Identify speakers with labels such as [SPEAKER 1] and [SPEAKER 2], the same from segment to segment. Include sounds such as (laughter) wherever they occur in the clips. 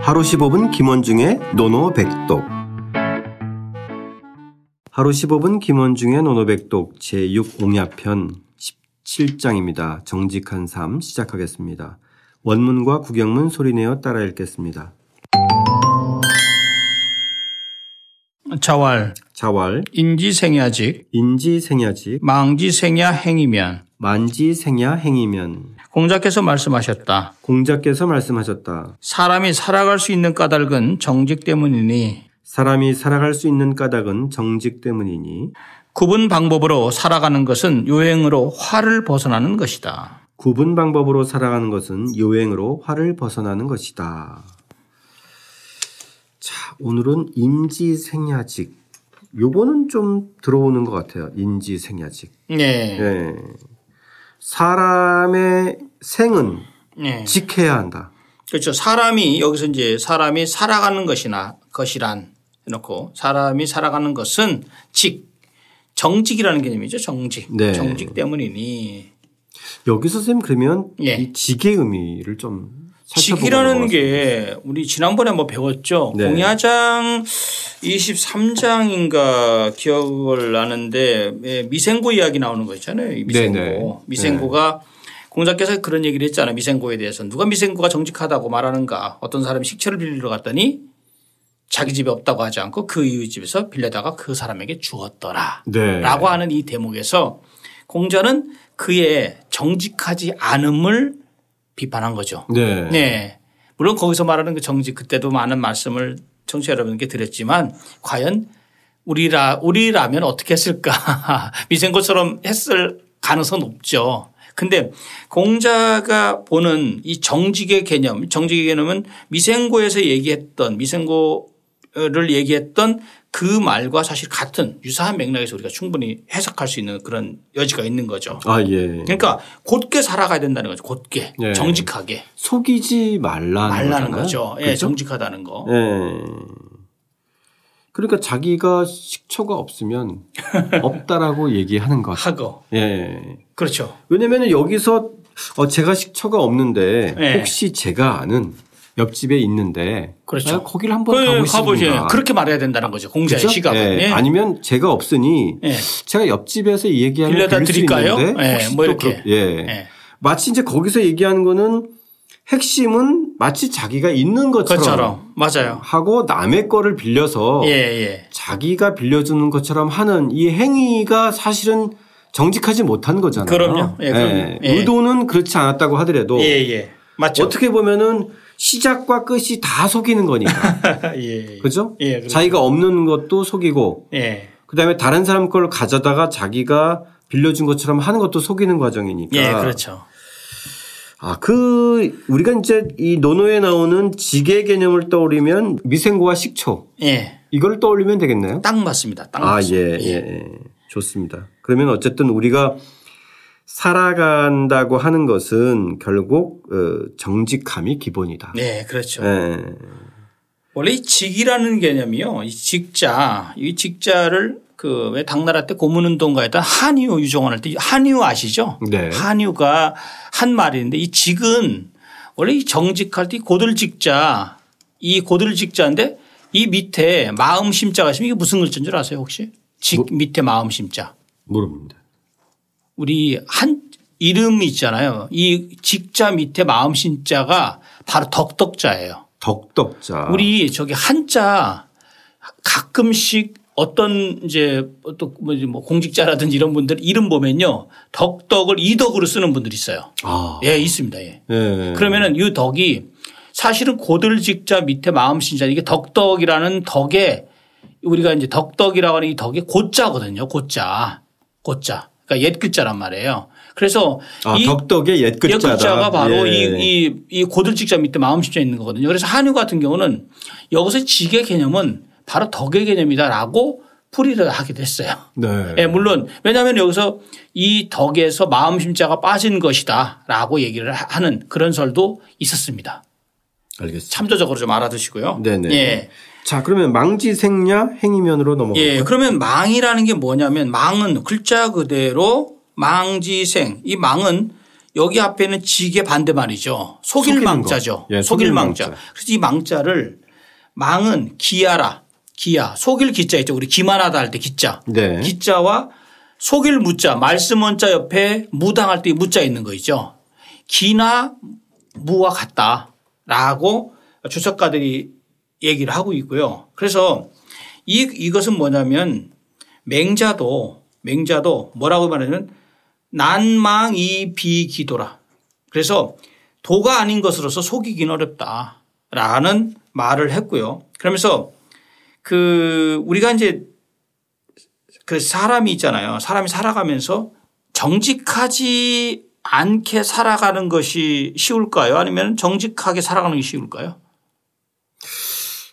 [SPEAKER 1] 하루 15분 김원중의 노노백독 하루 15분 김원중의 노노백독 제6옹야편 17장입니다. 정직한 삶 시작하겠습니다. 원문과 구경문 소리내어 따라 읽겠습니다.
[SPEAKER 2] 자왈
[SPEAKER 1] 자왈
[SPEAKER 2] 인지생야직
[SPEAKER 1] 인지생야직
[SPEAKER 2] 망지생야 행이면
[SPEAKER 1] 만지생야 행이면
[SPEAKER 2] 공자께서 말씀하셨다.
[SPEAKER 1] 공자께서 말씀하셨다.
[SPEAKER 2] 사람이 살아갈 수 있는 까닭은 정직 때문이니
[SPEAKER 1] 사람이 살아갈 수 있는 까닭은 정직 때문이니
[SPEAKER 2] 구분 방법으로 살아가는 것은 요행으로 화를 벗어나는 것이다.
[SPEAKER 1] 구분 방법으로 살아가는 것은 요행으로 화를 벗어나는 것이다. 자, 오늘은 인지생야직. 요거는 좀 들어오는 것 같아요. 인지생야직.
[SPEAKER 2] 네.
[SPEAKER 1] 예. 사람의 생은
[SPEAKER 2] 네.
[SPEAKER 1] 직해야 한다.
[SPEAKER 2] 그렇죠. 사람이 여기서 이제 사람이 살아가는 것이나 것이란 해놓고 사람이 살아가는 것은 직 정직이라는 개념이죠. 정직.
[SPEAKER 1] 네.
[SPEAKER 2] 정직 때문이니
[SPEAKER 1] 여기서 선생님 그러면
[SPEAKER 2] 예.
[SPEAKER 1] 이 직의 의미를 좀 살펴보고
[SPEAKER 2] 직이라는
[SPEAKER 1] 넘어가서-
[SPEAKER 2] 게 우리 지난번에 뭐 배웠죠.
[SPEAKER 1] 네.
[SPEAKER 2] 공야장 23장인가 기억을 나는데 예, 미생고 이야기 나오는 거 있잖아요. 이 미생고.
[SPEAKER 1] 네, 네.
[SPEAKER 2] 미생고가 공자께서 그런 얘기를 했잖아요. 미생고에 대해서 누가 미생고가 정직하다고 말하는가? 어떤 사람이 식초를 빌리러 갔더니 자기 집에 없다고 하지 않고 그 이웃 집에서 빌려다가 그 사람에게 주었더라.
[SPEAKER 1] 네.
[SPEAKER 2] 라고 하는 이 대목에서 공자는 그의 정직하지 않음을 비판한 거죠.
[SPEAKER 1] 네.
[SPEAKER 2] 네. 물론 거기서 말하는 그 정직 그때도 많은 말씀을 청취자 여러분께 드렸지만 과연 우리라 우리라면 어떻게 했을까 (laughs) 미생고처럼 했을 가능성 높죠. 근데 공자가 보는 이 정직의 개념, 정직의 개념은 미생고에서 얘기했던 미생고를 얘기했던 그 말과 사실 같은 유사한 맥락에서 우리가 충분히 해석할 수 있는 그런 여지가 있는 거죠.
[SPEAKER 1] 아, 예.
[SPEAKER 2] 그러니까 곧게 살아가야 된다는 거죠. 곧게
[SPEAKER 1] 네.
[SPEAKER 2] 정직하게.
[SPEAKER 1] 속이지 말라는,
[SPEAKER 2] 말라는
[SPEAKER 1] 거잖아요. 그렇죠?
[SPEAKER 2] 거죠. 예, 정직하다는 거.
[SPEAKER 1] 예. 그러니까 자기가 식초가
[SPEAKER 2] (laughs)
[SPEAKER 1] 없으면 없다라고 얘기하는 것.
[SPEAKER 2] 하고.
[SPEAKER 1] 예.
[SPEAKER 2] 그렇죠.
[SPEAKER 1] 왜냐면은 여기서 어, 제가 식초가 없는데
[SPEAKER 2] 예.
[SPEAKER 1] 혹시 제가 아는 옆집에 있는데
[SPEAKER 2] 그렇죠.
[SPEAKER 1] 아, 거기를 한번
[SPEAKER 2] 예,
[SPEAKER 1] 가보시는가.
[SPEAKER 2] 가보세요. 그렇게 말해야 된다는 거죠. 공자의
[SPEAKER 1] 그렇죠?
[SPEAKER 2] 시각은.
[SPEAKER 1] 예.
[SPEAKER 2] 예.
[SPEAKER 1] 아니면 제가 없으니
[SPEAKER 2] 예.
[SPEAKER 1] 제가 옆집에서 이 얘기하면
[SPEAKER 2] 빌려다
[SPEAKER 1] 빌릴 수
[SPEAKER 2] 드릴까요?
[SPEAKER 1] 있는데
[SPEAKER 2] 예,
[SPEAKER 1] 혹시
[SPEAKER 2] 뭐
[SPEAKER 1] 또
[SPEAKER 2] 이렇게.
[SPEAKER 1] 그렇- 예.
[SPEAKER 2] 예.
[SPEAKER 1] 마치 이제 거기서 얘기하는 거는 핵심은 마치 자기가 있는 것처럼
[SPEAKER 2] 그것처럼. 맞아요.
[SPEAKER 1] 하고 남의 거를 빌려서
[SPEAKER 2] 예, 예.
[SPEAKER 1] 자기가 빌려주는 것처럼 하는 이 행위가 사실은 정직하지 못한 거잖아요.
[SPEAKER 2] 그럼요. 예, 그럼요. 예.
[SPEAKER 1] 의도는 그렇지 않았다고 하더라도
[SPEAKER 2] 예, 예. 맞죠.
[SPEAKER 1] 어떻게 보면은 시작과 끝이 다 속이는 거니까.
[SPEAKER 2] (laughs) (laughs) 예.
[SPEAKER 1] 그죠?
[SPEAKER 2] 예, 그렇죠.
[SPEAKER 1] 자기가 없는 것도 속이고
[SPEAKER 2] 예.
[SPEAKER 1] 그다음에 다른 사람 걸 가져다가 자기가 빌려준 것처럼 하는 것도 속이는 과정이니까.
[SPEAKER 2] 예, 그렇죠.
[SPEAKER 1] 아, 그 우리가 이제 이 논어에 나오는 직의 개념을 떠올리면 미생고와 식초
[SPEAKER 2] 예.
[SPEAKER 1] 이걸 떠올리면 되겠나요?
[SPEAKER 2] 딱 맞습니다. 딱
[SPEAKER 1] 아, 예,
[SPEAKER 2] 맞습니다.
[SPEAKER 1] 예, 예. 좋습니다. 그러면 어쨌든 우리가 살아간다고 하는 것은 결국 어, 정직함이 기본이다.
[SPEAKER 2] 네, 그렇죠.
[SPEAKER 1] 예.
[SPEAKER 2] 원래 이 직이라는 개념이요. 이 직자, 이 직자를 그 왜 당나라 때 고문운동가였던 한유 유정원할 때 한유 아시죠?
[SPEAKER 1] 네.
[SPEAKER 2] 한유가 한 말인데 이 직은 원래 이 정직할 때 이 고들직자 이 고들직자인데 이 밑에 마음심자가 있으면 이게 무슨 글자인 줄 아세요 혹시? 직 밑에 마음심자.
[SPEAKER 1] 물어봅니다.
[SPEAKER 2] 우리 한 이름이 있잖아요. 이 직자 밑에 마음심자가 바로 덕덕자예요.
[SPEAKER 1] 덕덕자.
[SPEAKER 2] 우리 저기 한자 가끔씩 어떤 이제 또 뭐지 뭐 공직자라든지 이런 분들 이름 보면요 덕덕을 이덕으로 쓰는 분들 있어요.
[SPEAKER 1] 아.
[SPEAKER 2] 예, 있습니다. 예.
[SPEAKER 1] 예.
[SPEAKER 2] 그러면은 이 덕이 사실은 고들직자 밑에 마음신자 이게 덕덕이라는 덕에 우리가 이제 덕덕이라고 하는 이 덕이 고자거든요. 고자, 고자. 그러니까 옛 글자란 말이에요. 그래서
[SPEAKER 1] 아,
[SPEAKER 2] 이
[SPEAKER 1] 덕덕의 옛 글자다.
[SPEAKER 2] 가 바로
[SPEAKER 1] 예.
[SPEAKER 2] 이, 이, 이 고들직자 밑에 마음심자 있는 거거든요. 그래서 한유 같은 경우는 여기서 직의 개념은 바로 덕의 개념이다라고 풀이를 하게 됐어요.
[SPEAKER 1] 네.
[SPEAKER 2] 예, 물론 왜냐하면 여기서 이 덕에서 마음심자가 빠진 것이다라고 얘기를 하- 하는 그런 설도 있었습니다.
[SPEAKER 1] 알겠습니다.
[SPEAKER 2] 참조적으로 좀 알아두시고요.
[SPEAKER 1] 네네.
[SPEAKER 2] 예.
[SPEAKER 1] 자, 그러면 망지생야 행위면으로 넘어가.
[SPEAKER 2] 예, 그러면 망이라는 게 뭐냐면 망은 글자 그대로 망지생 이 망은 여기 앞에는 직의 반대말이죠. 속일망자죠.
[SPEAKER 1] 예,
[SPEAKER 2] 속일망자.
[SPEAKER 1] 속일망자.
[SPEAKER 2] 그래서 이 망자를 망은 기아라. 기아. 속일 기자 있죠. 우리 기만하다 할 때 기자.
[SPEAKER 1] 네.
[SPEAKER 2] 기자와 속일 무자 말씀원자 옆에 무당할 때 무자 있는 거 있죠. 기나 무와 같다라고 주석가들이 얘기를 하고 있고요. 그래서 이 이것은 뭐냐면 맹자도 맹자도 뭐라고 말하냐면 난망이 비기도라. 그래서 도가 아닌 것으로서 속이긴 어렵다라는 말을 했고요. 그러면서 그 우리가 이제 그 사람이 있잖아요. 사람이 살아가면서 정직하지 않게 살아가는 것이 쉬울까요? 아니면 정직하게 살아가는 게 쉬울까요?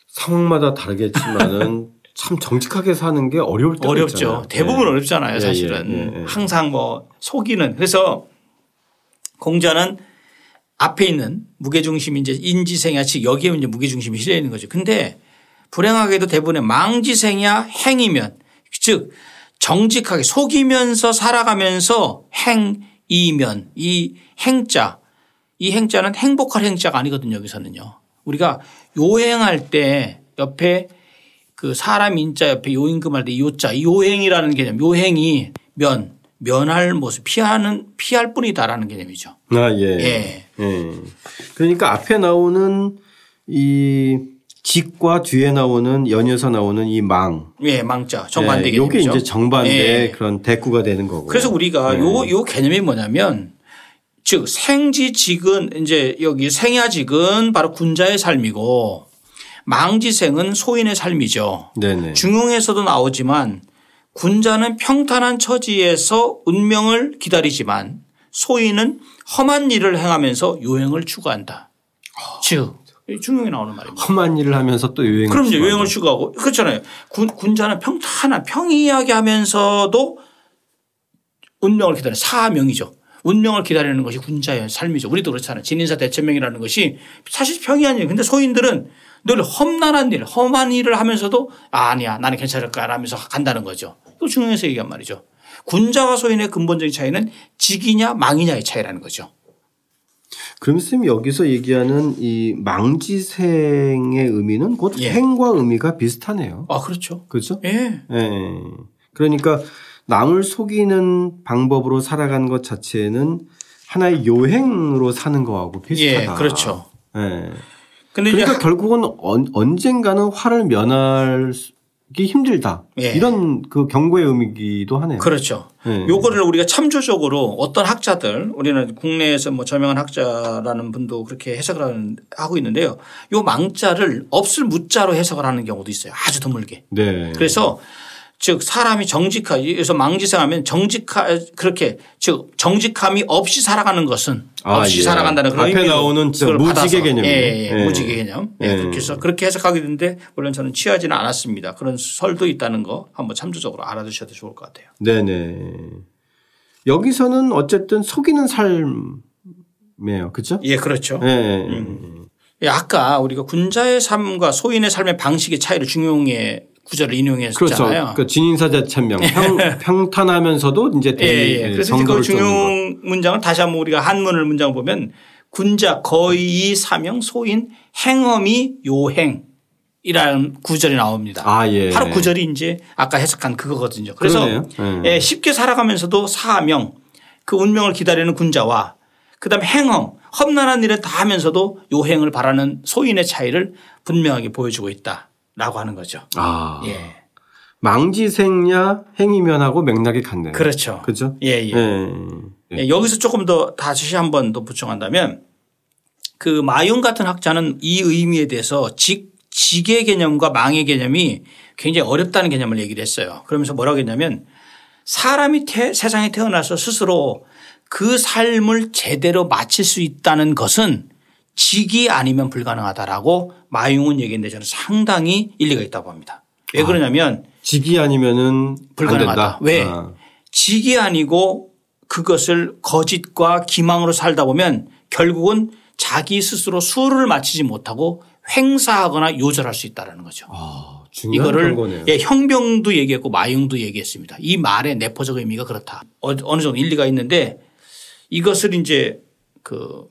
[SPEAKER 1] 상황마다
[SPEAKER 2] (laughs)
[SPEAKER 1] 다르겠지만은 참 정직하게 사는 게 어려울 때가
[SPEAKER 2] 어렵죠.
[SPEAKER 1] 있잖아요.
[SPEAKER 2] 대부분
[SPEAKER 1] 예.
[SPEAKER 2] 어렵잖아요,
[SPEAKER 1] 예,
[SPEAKER 2] 사실은.
[SPEAKER 1] 예, 예, 예.
[SPEAKER 2] 항상 뭐 속이는. 그래서 공자는 앞에 있는 무게중심이 이제 인지생야 즉 여기에 이제 무게중심이 실려 있는 거죠. 근데 불행하게도 대부분의 망지생야 행이면 즉 정직하게 속이면서 살아가면서 행이면 이 행자 이 행자는 행복할 행자가 아니거든요. 여기서는요. 우리가 요행할 때 옆에 그 사람 인자 옆에 요임금 할 때 요자 요행이라는 개념 요행이 면 면할 모습 피하는 피할 뿐이다라는 개념이죠.
[SPEAKER 1] 아, 예.
[SPEAKER 2] 예.
[SPEAKER 1] 예. 그러니까 앞에 나오는 이 직과 뒤에 나오는 연이어서 나오는 이 망.
[SPEAKER 2] 예, 망자 정반대
[SPEAKER 1] 예,
[SPEAKER 2] 개념이죠.
[SPEAKER 1] 요게 이제 정반대
[SPEAKER 2] 예.
[SPEAKER 1] 그런 대꾸가 되는 거고.
[SPEAKER 2] 그래서 우리가
[SPEAKER 1] 예.
[SPEAKER 2] 요, 요 개념이 뭐냐면 즉 생지직은 이제 여기 생야직은 바로 군자의 삶이고 망지생은 소인의 삶이죠.
[SPEAKER 1] 네네.
[SPEAKER 2] 중용에서도 나오지만 군자는 평탄한 처지에서 운명을 기다리지만 소인은 험한 일을 행하면서 요행을 추구한다. 즉 중용에 나오는 말입니다.
[SPEAKER 1] 험한 일을 하면서 또 유행을
[SPEAKER 2] 그럼요.
[SPEAKER 1] 추구하고.
[SPEAKER 2] 요행을 추구하고 그렇잖아요. 군, 군자는 평탄한 평이하게 하면서도 운명을 기다리는 사명이죠. 운명을 기다리는 것이 군자의 삶이죠. 우리도 그렇잖아요. 진인사 대천명이라는 것이 사실 평이한 일. 근데 소인들은 늘 험난한 일, 험한 일을 하면서도 아, 아니야, 나는 괜찮을 거야 라면서 간다는 거죠. 이거 중요해서 얘기한 말이죠. 군자와 소인의 근본적인 차이는 직이냐 망이냐의 차이라는 거죠.
[SPEAKER 1] 그럼 선생님 여기서 얘기하는 이 망지생의 의미는 곧
[SPEAKER 2] 예.
[SPEAKER 1] 행과 의미가 비슷하네요.
[SPEAKER 2] 아, 그렇죠.
[SPEAKER 1] 그렇죠?
[SPEAKER 2] 예.
[SPEAKER 1] 예. 그러니까 남을 속이는 방법으로 살아가는 것 자체는 하나의 요행으로 사는 거하고 비슷하다.
[SPEAKER 2] 예, 그렇죠.
[SPEAKER 1] 예.
[SPEAKER 2] 근데 이제
[SPEAKER 1] 그러니까 결국은 언, 언젠가는 화를 면하기 힘들다.
[SPEAKER 2] 예.
[SPEAKER 1] 이런 그 경고의 의미기도 하네요.
[SPEAKER 2] 그렇죠.
[SPEAKER 1] 예.
[SPEAKER 2] 요거를 우리가 참조적으로 어떤 학자들 우리는 국내에서 뭐 저명한 학자라는 분도 그렇게 해석을 하는- 하고 있는데요. 요 망자를 없을 무자로 해석을 하는 경우도 있어요. 아주 드물게.
[SPEAKER 1] 네.
[SPEAKER 2] 그래서 즉 사람이 정직하기 그래서 망지생하면 정직하 그렇게 즉 정직함이 없이 살아가는 것은
[SPEAKER 1] 아,
[SPEAKER 2] 없이
[SPEAKER 1] 예.
[SPEAKER 2] 살아간다는 그런
[SPEAKER 1] 앞에
[SPEAKER 2] 의미로
[SPEAKER 1] 나오는 저
[SPEAKER 2] 그걸
[SPEAKER 1] 무직의
[SPEAKER 2] 받아서.
[SPEAKER 1] 개념이네요.
[SPEAKER 2] 예, 예,
[SPEAKER 1] 예.
[SPEAKER 2] 무직의 개념. 예,
[SPEAKER 1] 예.
[SPEAKER 2] 그렇게 해서 그렇게 해석하게 되는데 물론 저는 취하지는 않았습니다. 그런 설도 있다는 거 한번 참조적으로 알아두셔도 좋을 것 같아요.
[SPEAKER 1] 네네. 여기서는 어쨌든 속이는 삶이에요. 그렇죠?
[SPEAKER 2] 예, 그렇죠.
[SPEAKER 1] 예. 예.
[SPEAKER 2] 예, 아까 우리가 군자의 삶과 소인의 삶의 방식의 차이를 중용의 구절을
[SPEAKER 1] 그렇죠.
[SPEAKER 2] 인용했잖아요.
[SPEAKER 1] 그 진인사자 천명
[SPEAKER 2] (laughs)
[SPEAKER 1] 평, 탄하면서도 이제
[SPEAKER 2] 예,
[SPEAKER 1] 대리,
[SPEAKER 2] 예.
[SPEAKER 1] 예,
[SPEAKER 2] 그래서 이제
[SPEAKER 1] 정도를 쫓는 거.
[SPEAKER 2] 그 중용 문장을 다시 한번 우리가 한문을 문장 보면 군자 거의 사명 소인 행엄이 요행이라는 구절이 나옵니다.
[SPEAKER 1] 아, 예.
[SPEAKER 2] 바로 구절이 이제 아까 해석한 그거거든요. 그래서
[SPEAKER 1] 그러네요.
[SPEAKER 2] 예, 쉽게 살아가면서도 사명 그 운명을 기다리는 군자와 그다음에 행엄 험난한 일을 다 하면서도 요행을 바라는 소인의 차이를 분명하게 보여주고 있다라고 하는 거죠.
[SPEAKER 1] 아.
[SPEAKER 2] 예.
[SPEAKER 1] 망지생야 행위면하고 맥락이 같네요.
[SPEAKER 2] 그렇죠.
[SPEAKER 1] 그죠?
[SPEAKER 2] 예, 예.
[SPEAKER 1] 예. 예.
[SPEAKER 2] 예, 여기서 조금 더 다시 한 번 더 부정한다면 그 마윤 같은 학자는 이 의미에 대해서 직, 직의 개념과 망의 개념이 굉장히 어렵다는 개념을 얘기를 했어요. 그러면서 뭐라고 했냐면 사람이 태- 세상에 태어나서 스스로 그 삶을 제대로 마칠 수 있다는 것은 직이 아니면 불가능하다라고 마융은 얘기했는데 저는 상당히 일리가 있다고 봅니다. 왜 그러냐면
[SPEAKER 1] 직이 아니면은
[SPEAKER 2] 불가능하다.
[SPEAKER 1] 안 된다.
[SPEAKER 2] 왜?
[SPEAKER 1] 아.
[SPEAKER 2] 직이 아니고 그것을 거짓과 기망으로 살다 보면 결국은 자기 스스로 수를 마치지 못하고 횡사하거나 요절할 수 있다라는 거죠.
[SPEAKER 1] 아, 중요한
[SPEAKER 2] 이거를
[SPEAKER 1] 거네요.
[SPEAKER 2] 예, 형병도 얘기했고 마융도 얘기했습니다. 이 말의 내포적 의미가 그렇다. 어, 어느 정도 일리가 있는데 이것을 이제 그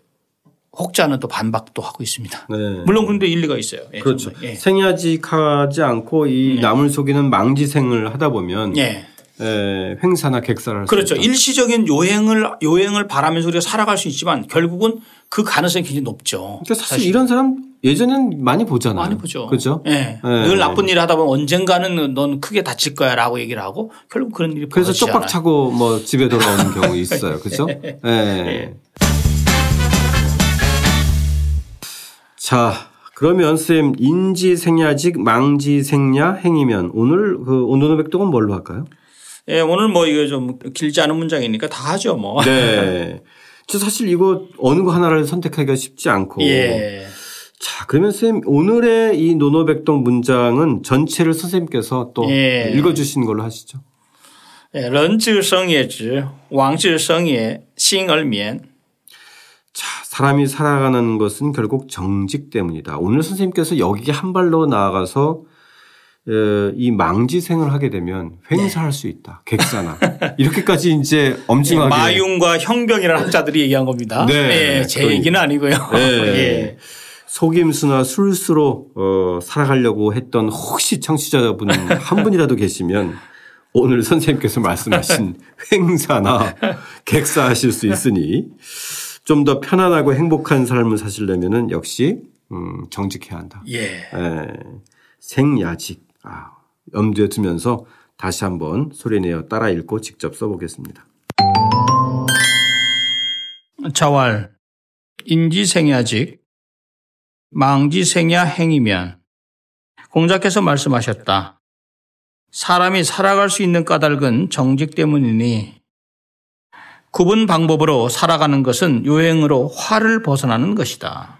[SPEAKER 2] 혹자는 또 반박도 하고 있습니다.
[SPEAKER 1] 네.
[SPEAKER 2] 물론 그런데 일리가 있어요. 예,
[SPEAKER 1] 그렇죠.
[SPEAKER 2] 정말. 예. 네.
[SPEAKER 1] 생야직하지 않고 이 남을 속이는 망지생을 하다 보면
[SPEAKER 2] 예.
[SPEAKER 1] 에, 횡사나 객사를 할수
[SPEAKER 2] 그렇죠.
[SPEAKER 1] 있다.
[SPEAKER 2] 일시적인 요행을 요행을 바라면서 우리가 살아갈 수 있지만 결국은 그 가능성이 굉장히 높죠.
[SPEAKER 1] 그러니까 사실, 이런 사람 예전엔 많이 보잖아요.
[SPEAKER 2] 많이 보죠.
[SPEAKER 1] 그렇죠.
[SPEAKER 2] 예.
[SPEAKER 1] 예.
[SPEAKER 2] 늘 나쁜 일 하다 보면 언젠가는 넌 크게 다칠 거야라고 얘기를 하고 결국 그런 일이
[SPEAKER 1] 그래서
[SPEAKER 2] 벌어지지
[SPEAKER 1] 쪽박
[SPEAKER 2] 않아요.
[SPEAKER 1] 차고 뭐 집에
[SPEAKER 2] (laughs)
[SPEAKER 1] 돌아오는 경우 있어요. 그렇죠? 예. 자, 그러면 쌤 인지 생야직 망지 생야 행이면 오늘 그 온도노 백동은 뭘로 할까요?
[SPEAKER 2] 예, 오늘 뭐 이거 좀 길지 않은 문장이니까 다 하죠 뭐.
[SPEAKER 1] 네. 저 사실 이거 어느 거 하나를 선택하기가 쉽지 않고
[SPEAKER 2] 예.
[SPEAKER 1] 자, 그러면 선생님 오늘의 이 노노백동 문장은 전체를 선생님께서 또
[SPEAKER 2] 예.
[SPEAKER 1] 읽어주신 걸로 하시죠.
[SPEAKER 2] 哎，人至生也直，王至生也心而眠。
[SPEAKER 1] 자, 사람이 살아가는 것은 결국 정직 때문이다. 오늘 선생님께서 여기에 한 발로 나아가서 어, 이 망지생을 하게 되면
[SPEAKER 2] 네.
[SPEAKER 1] 횡사할 수 있다. 객사나 이렇게까지 이제
[SPEAKER 2] (laughs)
[SPEAKER 1] 엄중하게
[SPEAKER 2] 마융과 형병이라는 학자들이 얘기한 겁니다.
[SPEAKER 1] 네,
[SPEAKER 2] 예, 제
[SPEAKER 1] 그러니까.
[SPEAKER 2] 얘기는 아니고요.
[SPEAKER 1] 예.
[SPEAKER 2] (laughs) 예.
[SPEAKER 1] 속임수나 술수로 어, 살아가려고 했던 혹시 청취자분 한 분이라도 계시면 오늘 선생님께서 말씀하신 횡사나 객사하실 수 있으니 좀 더 편안하고 행복한 삶을 사시려면은 역시 음, 정직해야 한다.
[SPEAKER 2] 예.
[SPEAKER 1] 에, 생야직 아, 염두에 두면서 다시 한번 소리내어 따라 읽고 직접 써보겠습니다.
[SPEAKER 2] 자활 인지생야직 망지생야 행이면 공자께서 말씀하셨다. 사람이 살아갈 수 있는 까닭은 정직 때문이니 구분 방법으로 살아가는 것은 요행으로 화를 벗어나는 것이다.